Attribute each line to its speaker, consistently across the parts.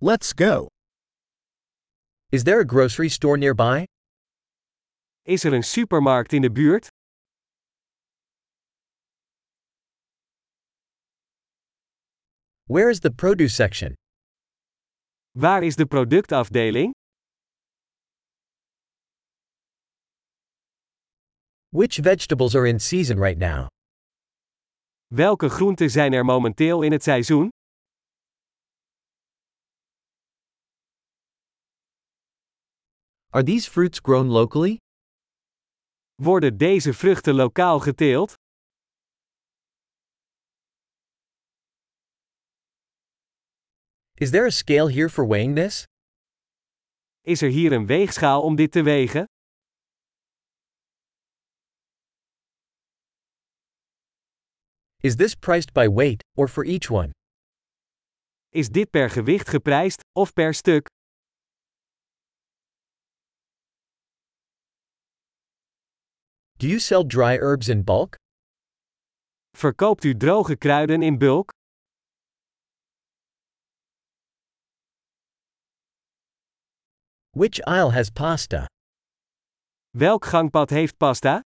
Speaker 1: Let's go.
Speaker 2: Is there a grocery store nearby?
Speaker 3: Is er een supermarkt in de buurt?
Speaker 2: Where is the produce section?
Speaker 3: Waar is de productafdeling?
Speaker 2: Which vegetables are in season right now?
Speaker 3: Welke groenten zijn er momenteel in het seizoen?
Speaker 2: Are these fruits grown locally?
Speaker 3: Worden deze vruchten lokaal geteeld?
Speaker 2: Is there a scale here for weighing this?
Speaker 3: Is er hier een weegschaal om dit te wegen?
Speaker 2: Is this priced by weight, or for each one?
Speaker 3: Is dit per gewicht geprijsd of per stuk?
Speaker 2: Do you sell dry herbs in bulk?
Speaker 3: Verkoopt u droge kruiden in bulk?
Speaker 2: Which aisle has pasta?
Speaker 3: Welk gangpad heeft pasta?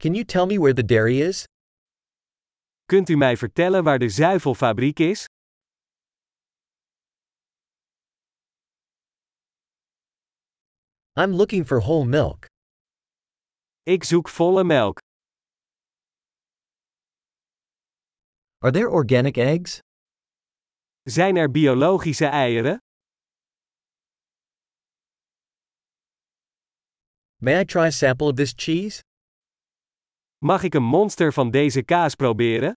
Speaker 2: Can you tell me where the dairy is?
Speaker 3: Kunt u mij vertellen waar de zuivelfabriek is?
Speaker 2: I'm looking for whole milk.
Speaker 3: Ik zoek volle melk.
Speaker 2: Are there organic eggs?
Speaker 3: Zijn er biologische eieren?
Speaker 2: May I try a sample of this cheese?
Speaker 3: Mag ik een monster van deze kaas proberen?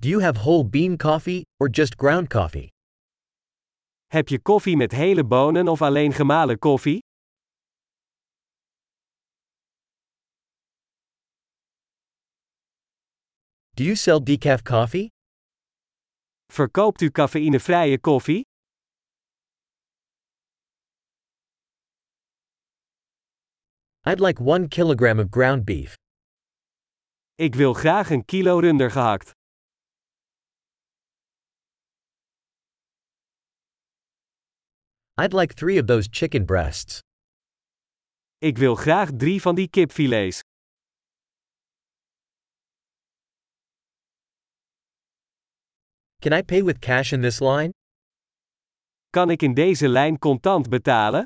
Speaker 2: Do you have whole bean coffee, or just ground coffee?
Speaker 3: Heb je koffie met hele bonen of alleen gemalen koffie?
Speaker 2: Do you sell decaf coffee?
Speaker 3: Verkoopt u cafeïnevrije koffie?
Speaker 2: I'd like one kilogram of ground beef.
Speaker 3: Ik wil graag een kilo runder gehakt.
Speaker 2: I'd like three of those chicken breasts.
Speaker 3: Ik wil graag drie van die kipfilets.
Speaker 2: Can I pay with cash in this line?
Speaker 3: Kan ik in deze lijn contant betalen?